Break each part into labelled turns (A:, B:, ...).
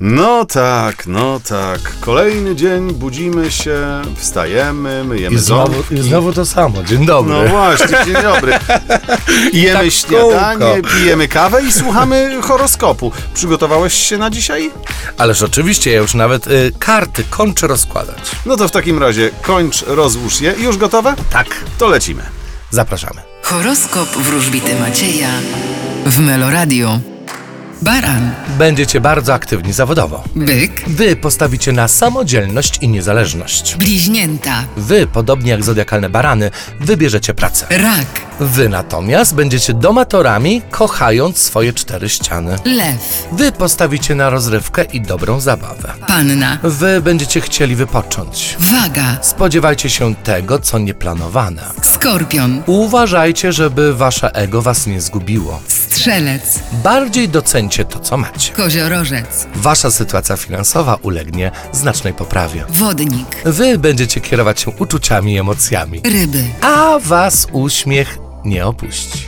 A: No tak, no tak. Kolejny dzień, budzimy się, wstajemy, myjemy
B: I znowu,
A: ząbki.
B: I znowu to samo. Dzień dobry.
A: No właśnie, dzień dobry. Jemy
B: tak
A: śniadanie,
B: kółko.
A: pijemy kawę i słuchamy horoskopu. Przygotowałeś się na dzisiaj?
B: Ależ oczywiście, ja już nawet y, karty kończę rozkładać.
A: No to w takim razie kończ, rozłóż je. Już gotowe?
B: Tak.
A: To lecimy.
B: Zapraszamy.
C: Horoskop wróżbity Macieja w Meloradio. Baran,
B: Będziecie bardzo aktywni zawodowo.
C: byk,
B: Wy postawicie na samodzielność i niezależność.
C: bliźnięta,
B: Wy, podobnie jak zodiakalne barany, wybierzecie pracę.
C: rak,
B: Wy natomiast będziecie domatorami, kochając swoje cztery ściany.
C: lew,
B: Wy postawicie na rozrywkę i dobrą zabawę.
C: panna,
B: Wy będziecie chcieli wypocząć.
C: waga,
B: Spodziewajcie się tego, co nieplanowane.
C: skorpion,
B: Uważajcie, żeby wasze ego was nie zgubiło.
C: strzelec,
B: Bardziej docencie to, co macie.
C: koziorożec,
B: Wasza sytuacja finansowa ulegnie znacznej poprawie.
C: wodnik,
B: Wy będziecie kierować się uczuciami i emocjami,
C: ryby.
B: a was uśmiech nie opuści.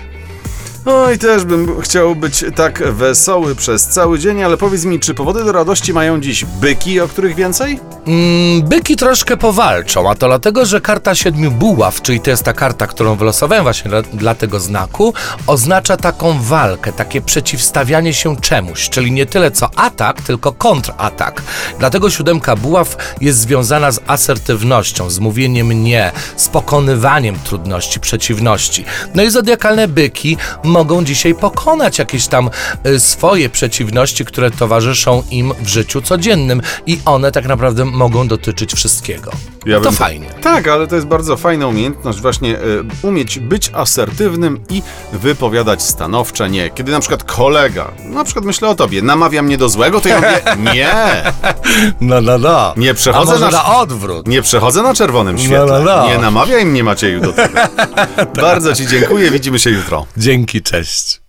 A: Oj, też bym chciał być tak wesoły przez cały dzień, ale powiedz mi, czy powody do radości mają dziś byki, o których więcej?
B: Mm, Byki troszkę powalczą, a to dlatego, że karta siedmiu buław, czyli to jest ta karta, którą wylosowałem właśnie dla, dla tego znaku, oznacza taką walkę, takie przeciwstawianie się czemuś, czyli nie tyle co atak, tylko kontratak. Dlatego siódemka buław jest związana z asertywnością, z mówieniem nie, z pokonywaniem trudności, przeciwności. No i zodiakalne byki mogą dzisiaj pokonać jakieś tam y, swoje przeciwności, które towarzyszą im w życiu codziennym i one tak naprawdę mogą dotyczyć wszystkiego.
A: Ja
B: to
A: bym-
B: fajnie.
A: Tak, ale to jest bardzo fajna umiejętność właśnie y, umieć być asertywnym i wypowiadać stanowcze nie. Kiedy na przykład kolega, na przykład myślę o tobie, namawia mnie do złego, to ja mówię nie,
B: No, no, no.
A: Nie przechodzę
B: A może
A: na-
B: na... odwrót.
A: nie przechodzę na czerwonym świetle.
B: No, no, no.
A: Nie namawiaj mnie Macieju do tego. Bardzo ci dziękuję, widzimy się jutro.
B: Dzięki, cześć.